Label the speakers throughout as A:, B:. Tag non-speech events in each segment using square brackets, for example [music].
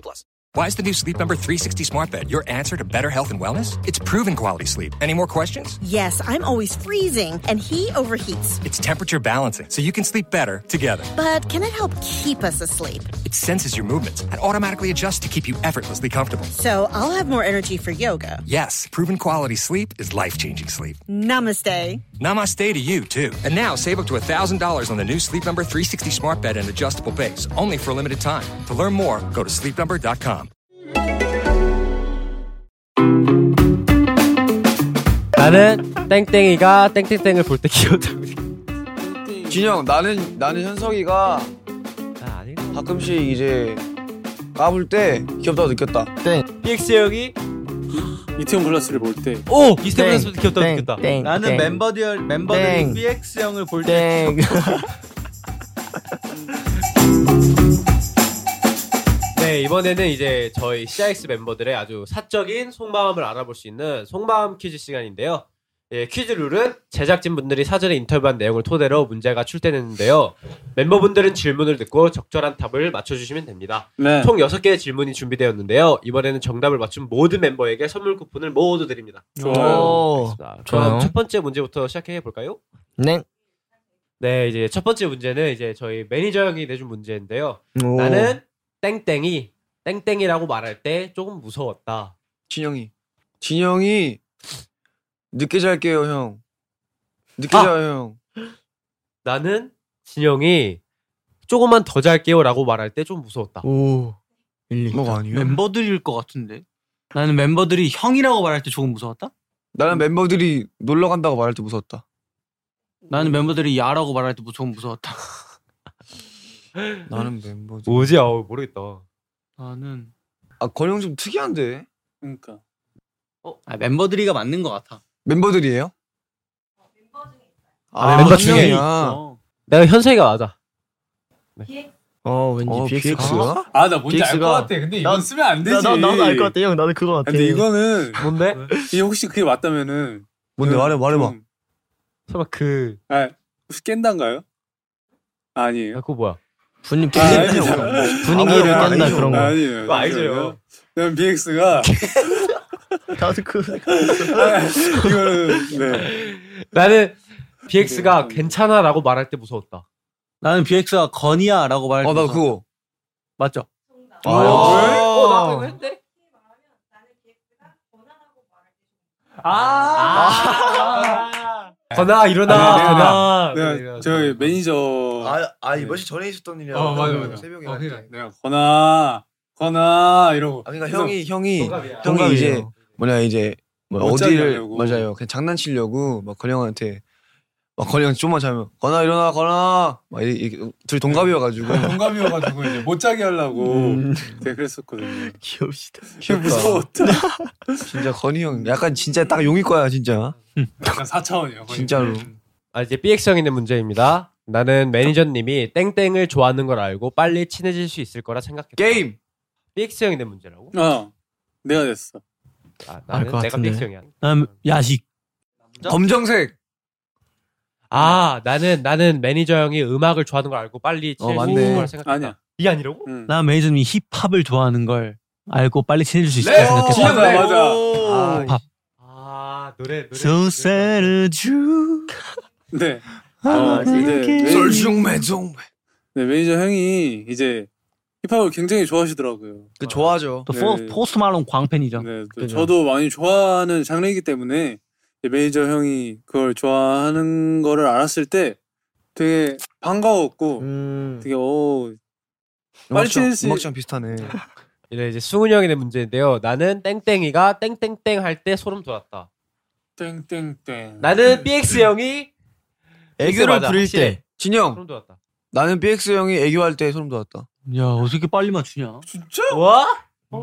A: plus.
B: Why is the new Sleep Number 360 smart bed your answer to better health and wellness? It's proven quality sleep. Any more questions?
C: Yes, I'm always freezing, and he overheats.
B: It's temperature balancing, so you can sleep better together.
C: But can it help keep us asleep?
B: It senses your movements and automatically adjusts to keep you effortlessly comfortable.
C: So I'll have more energy for yoga.
B: Yes, proven quality sleep is life changing sleep.
C: Namaste.
B: Namaste to you, too. And now save up to $1,000 on the new Sleep Number 360 smart bed and adjustable base, only for a limited time. To learn more, go to sleepnumber.com.
D: 나는 땡땡이가 땡땡땡을 볼 때 기어다니다
E: 진영 나는 나는 현석이가 가끔씩 이제 까불 때 귀엽다고 느꼈다.
D: EX 형이
F: 이태원 플러스를 볼 때
D: 오 이스템 플러스 볼 때 기어다고
G: 땡,
D: 느꼈다.
G: 땡,
H: 나는
G: 땡,
H: 멤버들 멤버들이
G: 땡.
H: BX 형을 볼 때
G: 땡. [laughs]
D: 네 이번에는 이제 저희 CIX 멤버들의 아주 사적인 속마음을 알아볼 수 있는 속마음 퀴즈 시간인데요. 예, 퀴즈 룰은 제작진 분들이 사전에 인터뷰한 내용을 토대로 문제가 출제되는데요. 멤버분들은 질문을 듣고 적절한 답을 맞춰주시면 됩니다.
F: 네.
D: 총 6개의 질문이 준비되었는데요. 이번에는 정답을 맞춘 모든 멤버에게 선물 쿠폰을 모두 드립니다.
F: 좋아요.
D: 알겠습니다.
G: 어, 좋아요.
D: 그럼 첫 번째 문제부터 시작해 볼까요?
G: 네.
D: 네, 이제 첫 번째 문제는 이제 저희 매니저 형이 내준 문제인데요.
G: 오.
D: 나는 땡땡이 땡땡이라고 말할 때 조금 무서웠다.
E: 진영이 진영이 늦게 잘게요 형. 늦게
D: 아!
E: 자요 형.
D: 나는 진영이 조금만 더 잘게요라고 말할 때 좀 무서웠다.
G: 오.
E: 뭐가 아니에요?
H: 멤버들일 것 같은데. 나는 멤버들이 형이라고 말할 때 조금 무서웠다.
E: 나는 멤버들이 놀러 간다고 말할 때 무서웠다.
H: 나는 멤버들이 야라고 말할 때뭐 조금 무서웠다.
E: 나는 멤버들.
D: 뭐지? 아우 모르겠다.
H: 나는
E: 아 건영 좀 특이한데.
F: 그러니까
H: 아, 멤버들이가 맞는 것 같아.
E: 멤버들이에요? 아,
D: 아,
E: 멤버
D: 멤버
E: 중에
D: 중에
E: 아,
D: 내가 현석이가 맞아.
G: 어 왠지
E: 어,
G: BX.
E: BX가?
F: 아 나 뭔지 알
G: BX
F: 것
G: 가-
F: 같아. 근데 이건
G: 나-
F: 쓰면 안 되지.
G: 나, 나 나도 알 것 같아 형. 나도 그거 같아.
F: 근데 이거는
D: 뭔데?
F: 이게 혹시 그게 맞다면은
E: 뭔데
F: 그-
E: 말해 말해봐.
F: 음.
D: 설마 그
F: 아 혹시 깬단가요? 아니에요.
D: 아, 그거 뭐야?
G: 분위 분위
F: 아,
H: 네.
G: 분위기
F: 아니죠.
G: 분위기에 못
F: 아니죠.
G: 간다 그런 거.
F: 아니에요.
D: 그거 알죠.
E: [laughs]
F: 난 BX가 아,
G: 나도 그.
F: 이거는 네.
D: 나는 BX가 괜찮아라고 말할 때 무서웠다.
H: 나는 BX가 건이야라고 말할 때.
E: 어 나도
H: 무서웠다.
E: 그거.
H: 맞죠.
E: 아,
D: 어, 나도 이거 했대. 아. 건아 일어나.
F: 아, 내가-
D: 건아.
F: 내가 저희 매니저
E: 아 이번 주 전에 있었던 일이야.
F: 어, 맞아, 맞아.
E: 새벽에.
F: 어, 그러니까 내가 건아 건아 이러고
E: 아 그러니까
F: 그래서
E: 형이 형이
D: 동갑이야.
E: 형이 이제 뭐냐 이제 뭐
F: 못
E: 어디를
F: 자려고.
E: 맞아요 그냥 장난치려고 막 건영한테 막 건영 좀만 자면 건아 일어나 건아 막 이, 이, 둘이 동갑이어가지고
F: [laughs] 동갑이어가지고 이제 못 자게 하려고
G: 음.
F: 네, 그랬었거든요.
G: 귀엽시다.
F: 그 무서웠다.
E: 진짜 건이 형 약간 진짜 딱 용이과야 진짜
F: 약간 4차원이에요.
E: 진짜로.
D: 아, 이제 BX형인의 문제입니다. 나는 매니저님이 땡땡을 좋아하는 걸 알고 빨리 친해질 수 있을 거라 생각했다.
E: 게임
D: BX형인의 문제라고?
F: 어, 내가 됐어.
D: 아,
G: 알
D: 나는
G: 것
D: 내가
G: 같은데.
D: BX형이야.
H: 난 야식.
E: 검정색
D: 아, 나는 나는 매니저 형이 음악을 좋아하는 걸 알고 빨리
E: 어,
D: 친해질 수
E: 맞네.
D: 있을 거라 생각했다.
F: 아니야.
D: 이게 아니라고?
F: 응.
H: 난 매니저님이 힙합을 좋아하는 걸 알고 빨리 친해질 수 있을
E: 레오!
H: 거라
F: 진짜
D: 네.
H: 생각했다.
F: 맞아, 맞아.
E: 아,
H: 밥.
D: 아, 노래 노래.
H: 소세를 주.
F: 네. 어, 이제 매니,
E: 솔중매종
F: 네, 매니저 형이 이제 힙합을 굉장히 좋아하시더라고요.
E: 그 좋아하죠
H: 또
F: 네.
H: 포- 포스트 말론 광팬이죠.
F: 네, 또
E: 그죠.
F: 저도 많이 좋아하는 장르이기 때문에 이제 매니저 형이 그걸 좋아하는 거를 알았을 때 되게 반가웠고
G: 음.
F: 되게 어, 오 빨리
E: 음악처럼,
F: 친해질 수
E: 음악처럼 비슷하네
D: 이제 이제 승훈 형의 문제인데요. 나는 땡땡이가 땡땡땡 할 때 소름 돋았다.
F: 땡땡땡
D: 나는 BX 형이
G: 애교를 부릴 때.
E: 진영
D: 소름 돋았다.
E: 나는 BX 형이 애교할 때 소름 돋았다
H: 야 어떻게 빨리 맞추냐?
F: 진짜?
D: 와?
H: 아,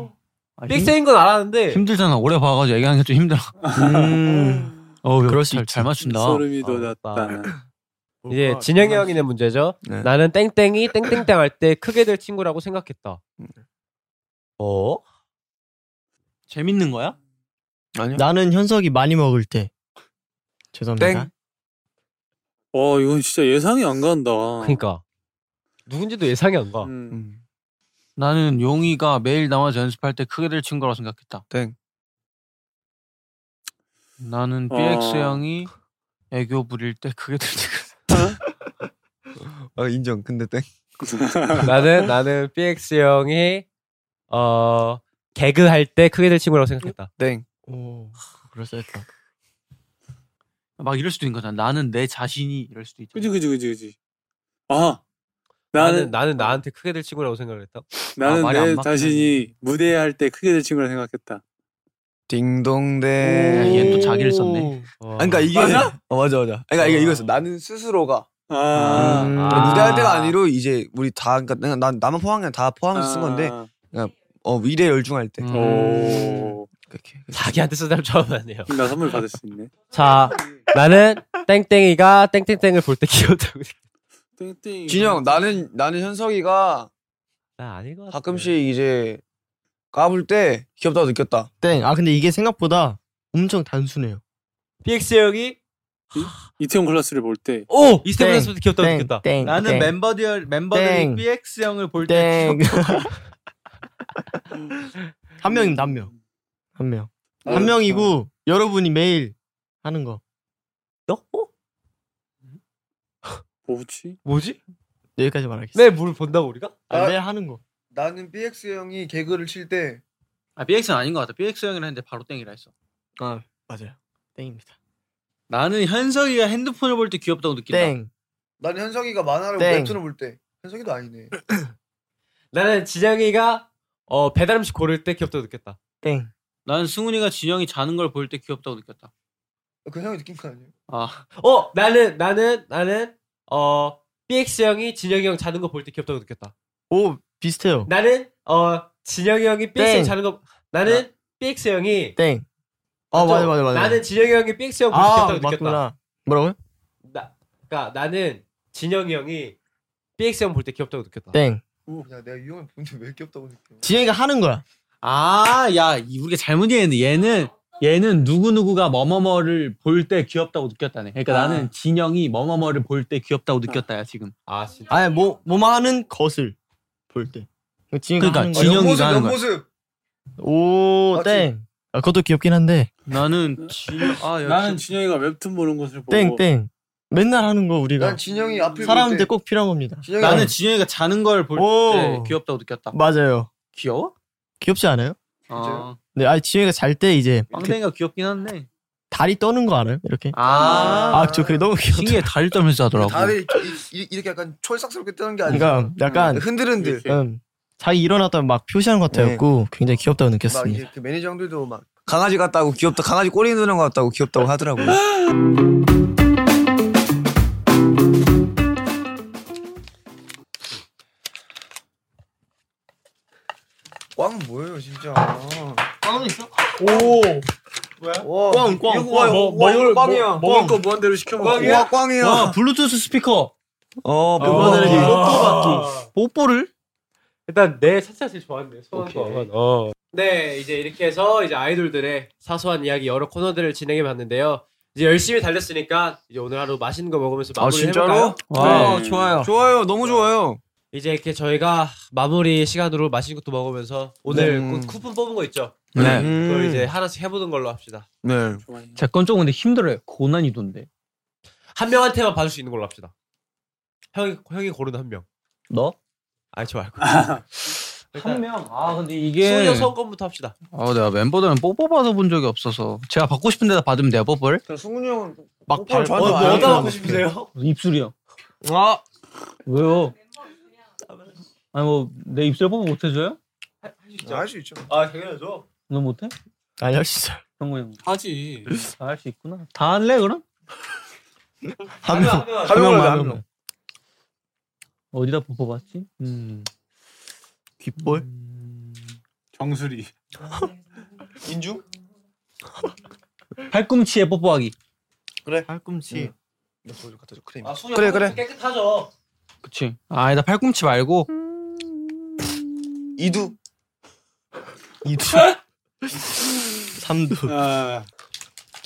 H: 힘-
D: 삑세인 건 알았는데
H: 힘들잖아. 오래 봐가지고 얘기하는 게
G: [laughs]
H: 좀 힘들어.
G: 음.
H: 어,
G: 그럴 수
H: 잘,
G: 있지.
H: 잘 맞춘다.
F: 소름이
D: 아,
F: 돋았다.
D: 이제 진영이 형이네 문제죠.
E: 네.
D: 나는 땡땡이 땡땡땡 할 때 크게 될 친구라고 생각했다. 어?
H: 재밌는 거야?
E: 아니요.
G: 나는 현석이 많이 먹을 때. 죄송합니다.
E: 땡.
F: 와 이건 진짜 예상이 안 간다.
D: 그러니까 누군지도 예상이 안 가.
F: 음.
E: 음.
H: 나는 용이가 매일 나와서 연습할 때 크게 될 친구라고 생각했다.
E: 땡.
H: 나는
F: 어.
H: BX 형이 애교 부릴 때 크게 될 친구.
E: 아 인정. 근데 땡.
D: 나는 나는 BX 형이 어 개그 할 때 크게 될 친구라고 생각했다.
E: 땡.
G: 오, 그럴싸했다.
H: 막 이럴 수도 있는 거잖아. 나는 내 자신이 이럴 수도 있잖아.
F: [laughs] 그지 그지 그지 그지. 아
D: 나는
F: 나는
D: 나는 나한테 크게 될 친구라고 생각을 했다.
F: 나는
H: 말이
F: 내
H: 안 맞긴
F: 자신이 무대에 할 때 크게 될 친구라 생각했다.
H: 야,
E: 딩동댕.
H: 얘는 또 자기를 썼네.
D: 와.
E: 아, 그러니까 이게
F: 맞아?
E: [laughs] 어, 맞아 맞아. 그러니까 이게
F: 어.
E: 이거였어. 나는 스스로가
F: 아,
E: 음,
D: 아.
E: 무대할 때가 아니로 이제 우리 다 그러니까 내가 난 나만 포함한 다 포함해서
F: 아.
E: 쓴 건데 어 미래 열중할 때 그러니까
H: 음.
F: 오.
E: 그렇게.
D: 자기한테 쓰는 사람 처음
H: [laughs]
D: 봤네요.
F: 나 선물 받을 수 있네.
D: 자 나는 땡땡이가 땡땡땡을 볼 때 귀엽다고. 생각-
F: 땡땡이.
E: 진영 나는 나는 현석이가
D: 나 아닌 것 같아.
E: 가끔씩 이제 까불 때 귀엽다고 느꼈다.
G: 땡. 아 근데 이게 생각보다 엄청 단순해요.
D: BX 형이
F: 이태원 클라스를 볼 때
D: 오 이스텝
G: 땡,
D: 선수도 귀엽다고
G: 땡,
D: 느꼈다.
G: 땡. 땡.
H: 멤버들
G: 땡.
H: BX 형을 볼
G: 땡. [laughs] 한 명입니다. 한 명. 한 명. 한 명이고 여러분이 매일 하는 거.
D: 너? 어?
F: 뭐지?
D: 뭐지?
G: 여기까지 말하겠습니다.
D: 내 물을 본다고 우리가?
G: 아, 매일 하는 거.
E: 나는 BX 형이 개그를 칠 때
H: 아, BX 는 아닌 것 같아. BX 형이라 했는데 바로 땡이라 했어.
G: 아 맞아요. 땡입니다.
H: 나는 현석이가 핸드폰을 볼 때 귀엽다고 느낀다.
G: 땡.
E: 나는 현석이가 만화를
G: 땡.
E: 볼때 현석이도 아니네.
D: 나는 지정이가 어 배달 음식 고를 때 귀엽다고 느꼈다.
G: 땡.
H: 나는 승훈이가 진영이 자는 걸 볼 때 귀엽다고 느꼈다.
E: 그 형이 느낀 거 아니에요?
H: 아,
D: 어 나는 나는 나는 어 BX 형이 진영이 형 자는 거 볼 때 귀엽다고 느꼈다.
G: 오 비슷해요.
D: 나는 어 진영이 형이 BX 형
G: 땡.
D: 자는 거 나는 BX 형이
G: 땡. 아 맞아
D: 좀-
G: 맞아 맞아.
D: 나는 진영이 형이 BX 형볼 때
G: 아
D: 귀엽다고 느꼈다.
G: 맞구나. 뭐라고요?
D: 나 그러니까 나는 진영이 형이 BX 형 볼 때 귀엽다고 느꼈다.
G: 땡.
E: 야 내가 이 형을 본데 왜 귀엽다고 느껴?
G: 지영이가 하는 거야.
H: 아, 야, 이- 우리가 잘못 이해했네. 얘는 얘는 누구 누구가 뭐뭐뭐를 볼 때 귀엽다고 느꼈다네. 그러니까
F: 아.
H: 나는 진영이 뭐뭐뭐를 볼 때 귀엽다고 느꼈다야 지금.
D: 아 진짜.
G: 아니 뭐 뭐만 하는 것을 볼 때. 지영이가
H: 그러니까
G: 하는 거야.
H: 진영이가 하는 거야.
E: 모습.
G: 오
E: 맞지?
G: 땡. 아, 그것도 귀엽긴 한데
H: 나는 진영, 아, 역시
F: 나는 진영이가 웹툰 보는 것을 보고
G: 땡 땡. 맨날 하는 거 우리가
E: 진영이 앞을
G: 사람한테 꼭 필요한 겁니다.
E: 진영이
H: 나는 진영이가 자는 걸 볼 때
G: 오.
H: 귀엽다고 느꼈다.
G: 맞아요.
H: 귀여워?
G: 귀엽지 않아요?
H: 아,
G: 네, 아니 지영이가 잘 때 이제 그
H: 빵댕이가 귀엽긴 한데.
G: 다리 떠는 거 알아요? 이렇게.
H: 아,
G: 아, 저 그게 너무 귀엽다. [laughs]
H: 신기해 다리 떨면서 하더라고.
E: 다리 이렇게 약간 촐싹스럽게 뜨는 게
G: 그러니까 약간
E: 흔들흔들.
G: 음, 자기 일어났다면 막 표시하는 것 같았고 굉장히 귀엽다고
E: 막 이제
G: 느꼈습니다.
E: 그 매니저 형들도 막 강아지 같다고 귀엽다 강아지 꼬리 누는 것 같다고 귀엽다고 하더라고요 [laughs] 꽝 뭐예요 진짜
G: 빵도 있어?
E: 꽝
G: 꽝,
E: 이거
G: 꽝.
E: 와,
G: 뭐,
E: 와, 이거 꽝이야
F: 먹을 거 무한대로 시켜 먹고
E: 와 꽝이야
G: 어,
H: 와, 블루투스 스피커.
E: 어
D: 아.
E: 뽀뽀들이
H: 뽀뽀를?
D: 일단 내 차차 제일 좋았네. 소원 어. 네, 이제 이렇게 해서 이제 아이돌들의 사소한 이야기 여러 코너들을 진행해 봤는데요. 이제 열심히 달렸으니까 이제 오늘 하루 맛있는 거 먹으면서
E: 아
D: 마무리 해볼까요?
E: 진짜로
H: 와,
F: 네.
H: 어, 좋아요.
E: 그 좋아요 너무 좋아요
D: 이제 이렇게 저희가 마무리 시간으로 맛있는 것도 먹으면서 오늘
E: 네.
D: 그 쿠폰 뽑은 거 있죠?
H: 네.
D: 그걸 이제 하나씩 해보는 걸로 합시다.
E: 네
H: 제 건 조금 근데 힘들어요. 고난이도인데.
D: 한 명한테만 받을 수 있는 걸로 합시다. 형이 형이 고르는 한 명.
H: 너?
D: 아니 저 말고.
H: 한
D: 일단
H: 명. 아, 근데 이게.
D: 소녀 성건부터 합시다.
H: 아, 내가 멤버들은 뽀뽀 받아본 적이 없어서. 제가 받고 싶은 데다 받으면 돼요, 뽀뽀를.
E: 승훈이 형은
H: 막 발,
G: 뭐,
E: 저한테
D: 아,
H: 어,
E: 많이
H: 어디다
E: 하는
H: 받고 싶으세요? 입술이요. 아! 왜요? 아니, 뭐, 내 입술 뽀뽀 못해줘요?
E: 할수 있죠
D: 아 당연하죠.
H: 너 못해?
G: 아니 할 수 있어요.
H: 형구 형.
F: 하지.
H: 할 수 있구나. 다 할래, 그럼?
G: 한 명.
E: 가벼운
G: 한
E: 거야
G: 한
E: 한 명.
H: 어디다 뽀뽀 받지? 음.
G: 귓볼?
F: 정수리.
E: 인중?
H: 팔꿈치에 뽀뽀하기.
G: 팔꿈치.
E: 크림.
D: 아, 수면
E: 그래, 그래.
D: 깨끗하죠.
H: 그치. 아니다, 팔꿈치 말고.
E: 이두.
G: 이두. [laughs] 삼두.
F: 아,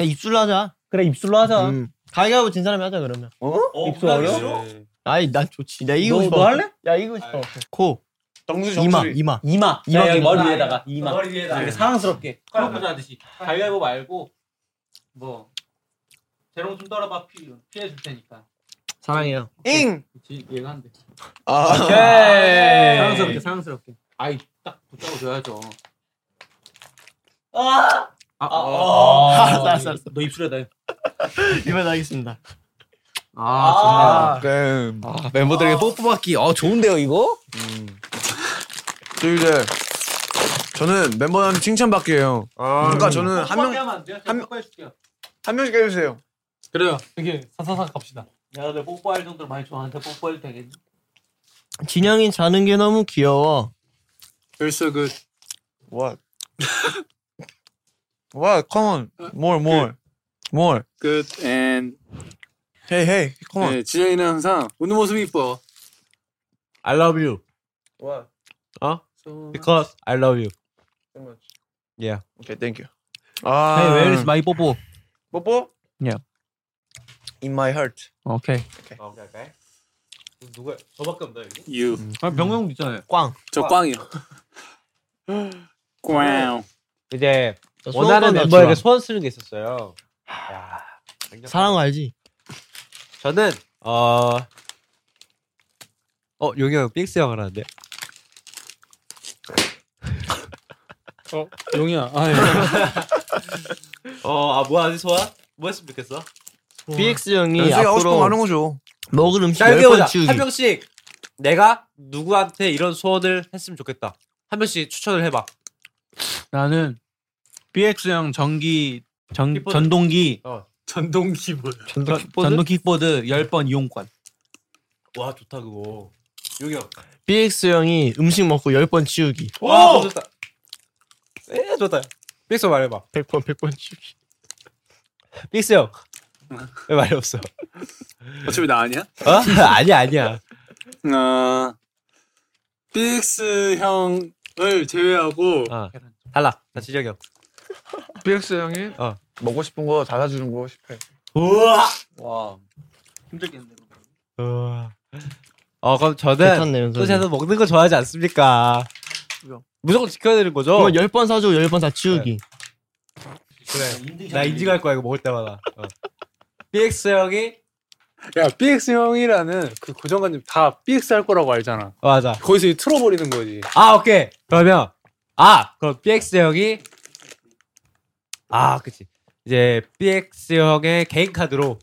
G: 야, 입술로 하자.
H: 그래, 입술로 하자.
G: 음. 가위바위보 진 사람이 하자, 그러면.
D: 어,
H: 입술 어려워?
F: 네.
D: 싫어?
G: 아이, 난 좋지. 나 이기고
H: 너-
G: 싶어.
H: 너 할래?
G: 야, 이기고 싶어.
D: 아이.
G: 코.
E: 정수리
G: 이마,
E: 정수리.
G: 이마.
H: 이마.
G: 이마
H: 야, 여기
G: 깨끗하다.
H: 머리 위에다가. 이마.
D: 머리 위에다.
H: 이렇게 사랑스럽게.
D: 칼로 하듯이. 가위바위보 말고 뭐 재롱 좀 떨어봐 피, 피해 줄 테니까.
H: 사랑해요.
E: 잉.
D: 지- 이해가 안 돼.
E: 아.
H: 사랑스럽게, 사랑스럽게.
D: 아이 딱 붙잡아 줘야죠.
H: 아, 아,
G: 알았어, 알았어, 알았어.
H: 너 입술에다 해.
G: 이번 하겠습니다.
H: 아,
E: 뱀.
H: 좋네. 아, 멤버들에게 뽀뽀받기. 어, 좋은데요, 이거?
E: 저 이제 저는 멤버한테 칭찬받기예요.
H: 아.
E: 그러니까 저는 한 명 한
D: 하면 안 돼요?
E: 한
D: 제가
E: 명-
D: 뽀뽀해 줄게요.
E: 명씩 해주세요.
H: 그래요. 되게 사사삭 갑시다.
D: 내가 내 뽀뽀할 정도로 많이 좋아하는데 뽀뽀해도 되겠니?
G: 진영이 자는 게 너무 귀여워.
F: 벌써 그
E: What? What? Come on. More, more, more.
F: 끝. 앤
E: Hey, hey. Come on.
F: 네, 지영이는 항상 웃는 모습이 이뻐.
H: I love you.
E: What?
H: 어? Because I love you.
E: Okay, thank you. 아.
H: Hey, where is my 뽀뽀?
E: 뽀뽀?
H: Yeah.
E: In my heart.
H: 오케이.
D: 어, 오케이, 오케이. 누가 저밖에 없나 여기?
F: 유.
H: 아, 병영도 있잖아요.
G: 꽝.
F: 저 [laughs] 꽝이요. 네. 꽝.
D: 이제
G: 나 수영
D: 원하는
G: 간다,
D: 멤버에게
G: 지금.
D: 소원 쓰는 게 있었어요. 야,
G: 사랑 알지?
D: 저는 어, 어 용이 형 빅스 형을
H: [laughs]
D: 하는데.
H: 용이야. 아, 예.
D: 어, 아 뭐야 지 소원? 뭐 했으면 좋겠어?
G: BX 형이
E: 연습이 하고 싶은 거 하는
G: 앞으로
E: 거죠.
G: 먹을 음식
D: 짧게 보자.
G: 10번
D: 한
G: 치우기.
D: 명씩 내가 누구한테 이런 소원을 했으면 좋겠다. 한 명씩 추천을 해봐.
H: 나는 BX형 전기, 전,
D: 킥보드.
H: 전동기,
F: 전동기 뭐야?
G: 전동
H: 전- 전동 킥보드 10번 이용권.
D: 와 좋다 그거. 용이 형.
G: BX 형이 음식 먹고 10번 치우기.
D: 와 그거 좋다. 에 예, 좋다. 빅스 형 말해봐.
G: 100번 100번 치우기.
D: 빅스 형. 왜 말이 없어?
F: 어차피 나 아니야?
D: 어? 아니야 아니야.
F: 아, 빅스 형을 제외하고
D: 어. 달라. 나 진혁이 형.
E: [laughs] BX 네. 형이
D: 어.
E: 먹고 싶은 거 다 사주는 거 싶어.
D: 어 그럼 저는
G: 괜찮네,
D: 또
G: 연설이.
D: 저는 먹는 거 좋아하지 않습니까? 무조건 지켜야 되는 거죠?
G: 그럼 10번 사주고 10번 다 치우기.
D: 그래. 나 인증할 거야 이거 먹을 때마다. 어. BX 형이
F: 야 BX 형이라는 그 고정관념 다 BX 할 거라고 알잖아.
D: 어, 맞아.
F: 거기서 이 틀어버리는 거지.
D: 아 오케이. 그러면 아 그럼 BX 형이 아 그치. 이제 BX 형의 개인 카드로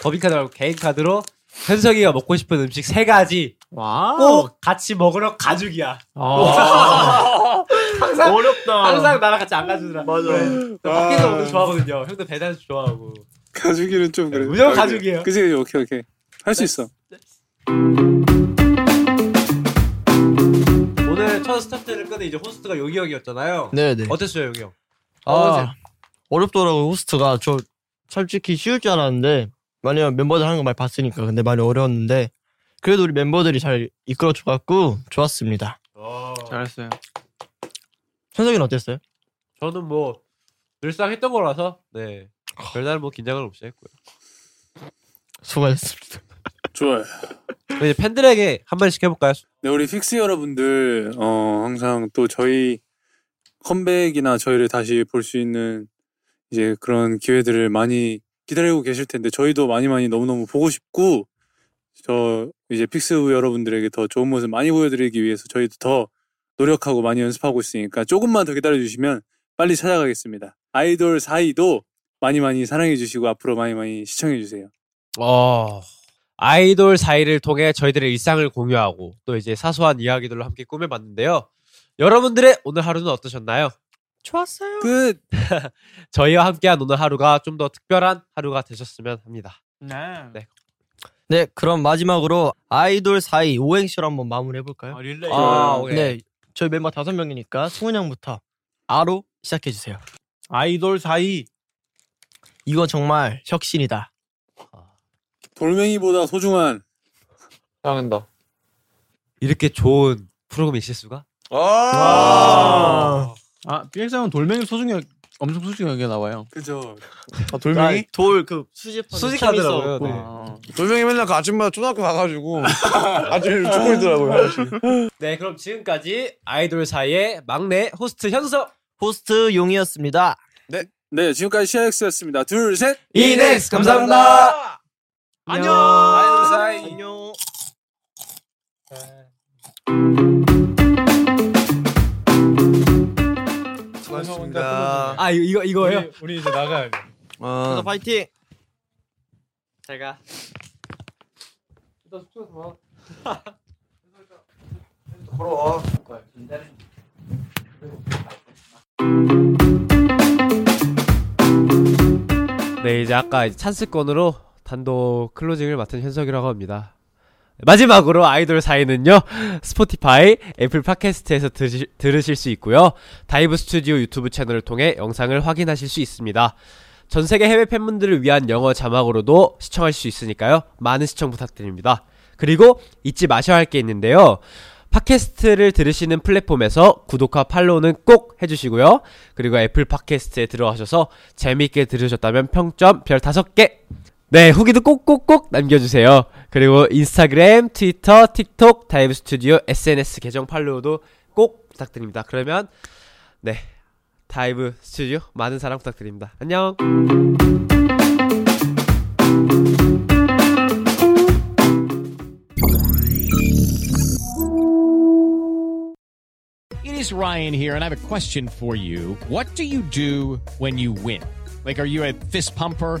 D: 법인 카드 말고 개인 카드로 현석이가 먹고 싶은 음식 세 가지
G: 와우.
D: 꼭 같이 먹으러 가죽이야.
G: 아.
D: [laughs]
G: 어렵다.
D: 항상 나랑 같이 안 가주더라. 맞아. 밖에서 먹는 거 좋아하거든요. 형도 배달도 좋아하고.
F: 가족이는 좀 그래.
D: 무조건
F: 오케이.
D: 가족이에요. 네.
F: 그치 그치 오케이 오케이 할 수 있어.
D: 오늘 첫 스타트를 끄는 이제 호스트가 요기 형이었잖아요.
G: 네네.
D: 어땠어요 요기 형?
G: 아, 어렵더라고요, 호스트가. 저 솔직히 쉬울 줄 알았는데, 왜냐면 멤버들 하는 거 많이 봤으니까. 근데 많이 어려웠는데, 그래도 우리 멤버들이 잘 이끌어줘갖고, 좋았습니다.
H: 잘했어요.
G: 현석이는 어땠어요?
D: 저는 뭐 늘상 했던 거라서 네 별다른 뭐 긴장을 없이 했고요.
G: 수고하셨습니다.
F: 좋아요.
D: 그럼 이제 팬들에게 한 마디씩 해볼까요?
F: 네, 우리 픽스 여러분들 어, 항상 또 저희 컴백이나 저희를 다시 볼 수 있는 이제 그런 기회들을 많이 기다리고 계실 텐데 저희도 많이 많이 너무너무 보고 싶고 저 이제 픽스 여러분들에게 더 좋은 모습 많이 보여드리기 위해서 저희도 더 노력하고 많이 연습하고 있으니까 조금만 더 기다려주시면 빨리 찾아가겠습니다. 아이돌 사이도 많이 많이 사랑해주시고 앞으로 많이 많이 시청해주세요.
D: 어 아이돌 사이를 통해 저희들의 일상을 공유하고 또 이제 사소한 이야기들로 함께 꾸며봤는데요. 여러분들의 오늘 하루는 어떠셨나요?
G: 좋았어요.
D: [laughs]
F: 끝!
D: 저희와 함께한 오늘 하루가 좀 더 특별한 하루가 되셨으면 합니다.
H: 네.
G: 네, 그럼 마지막으로 아이돌 사이 오행시로 한번 마무리해 볼까요?
H: 릴레이.
F: 아,
H: 오케이.
G: 네, 저희 멤버 다섯 명이니까 승훈 형부터 아로 시작해 주세요.
H: 아이돌 사이
G: 이거 정말 혁신이다.
F: 돌멩이보다 소중한
E: 사랑한다.
I: 이렇게 좋은 프로그램 있을 수가?
H: 아, 피엑스는 돌멩이 소중히 엄청 소중하게 나와요.
F: 그죠
E: 돌멩이?
G: 아, 돌그 수집하는 캠이 있어.
I: 네.
H: 아.
E: 돌멩이 맨날 그 아침마다 초등학교 [laughs] 가가지고 아침에 죽고 있더라고요.
D: 네, 그럼 지금까지 아이돌 사이의 막내 호스트 현석.
G: 호스트 용이었습니다.
F: 네 지금까지 CIX였습니다 둘셋
D: 이넥스 감사합니다.
H: 안녕.
D: 아이돌 사이.
G: 안녕.
E: 수고하셨습니다.
I: 아 이거 이거예요?
H: 우리 이제 나가야 돼.
G: 그래서
E: 어,
G: 파이팅.
D: 제가 [laughs] 네, 이제 아까 이제 찬스권으로 단독 클로징을 맡은 현석이라고 합니다. 마지막으로 아이돌 사이는요 스포티파이, 애플 팟캐스트에서 들으실, 들으실 수 있고요 다이브 스튜디오 유튜브 채널을 통해 영상을 확인하실 수 있습니다. 전 세계 해외 팬분들을 위한 영어 자막으로도 시청할 수 있으니까요. 많은 시청 부탁드립니다. 그리고 잊지 마셔야 할 게 있는데요. 팟캐스트를 들으시는 플랫폼에서 구독과 팔로우는 꼭 해주시고요. 그리고 애플 팟캐스트에 들어가셔서 재미있게 들으셨다면 평점 별 5개! 네, 후기도 꼭꼭꼭 남겨주세요. 그리고 인스타그램, 트위터, 틱톡, 다이브 스튜디오, SNS 계정 팔로우도 꼭 부탁드립니다. 그러면, 네, 다이브 스튜디오 많은 사랑 부탁드립니다. 안녕!
J: It is Ryan here, and I have a question for you. What do you do when you win? Like, are you a fist pumper?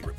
A: Group.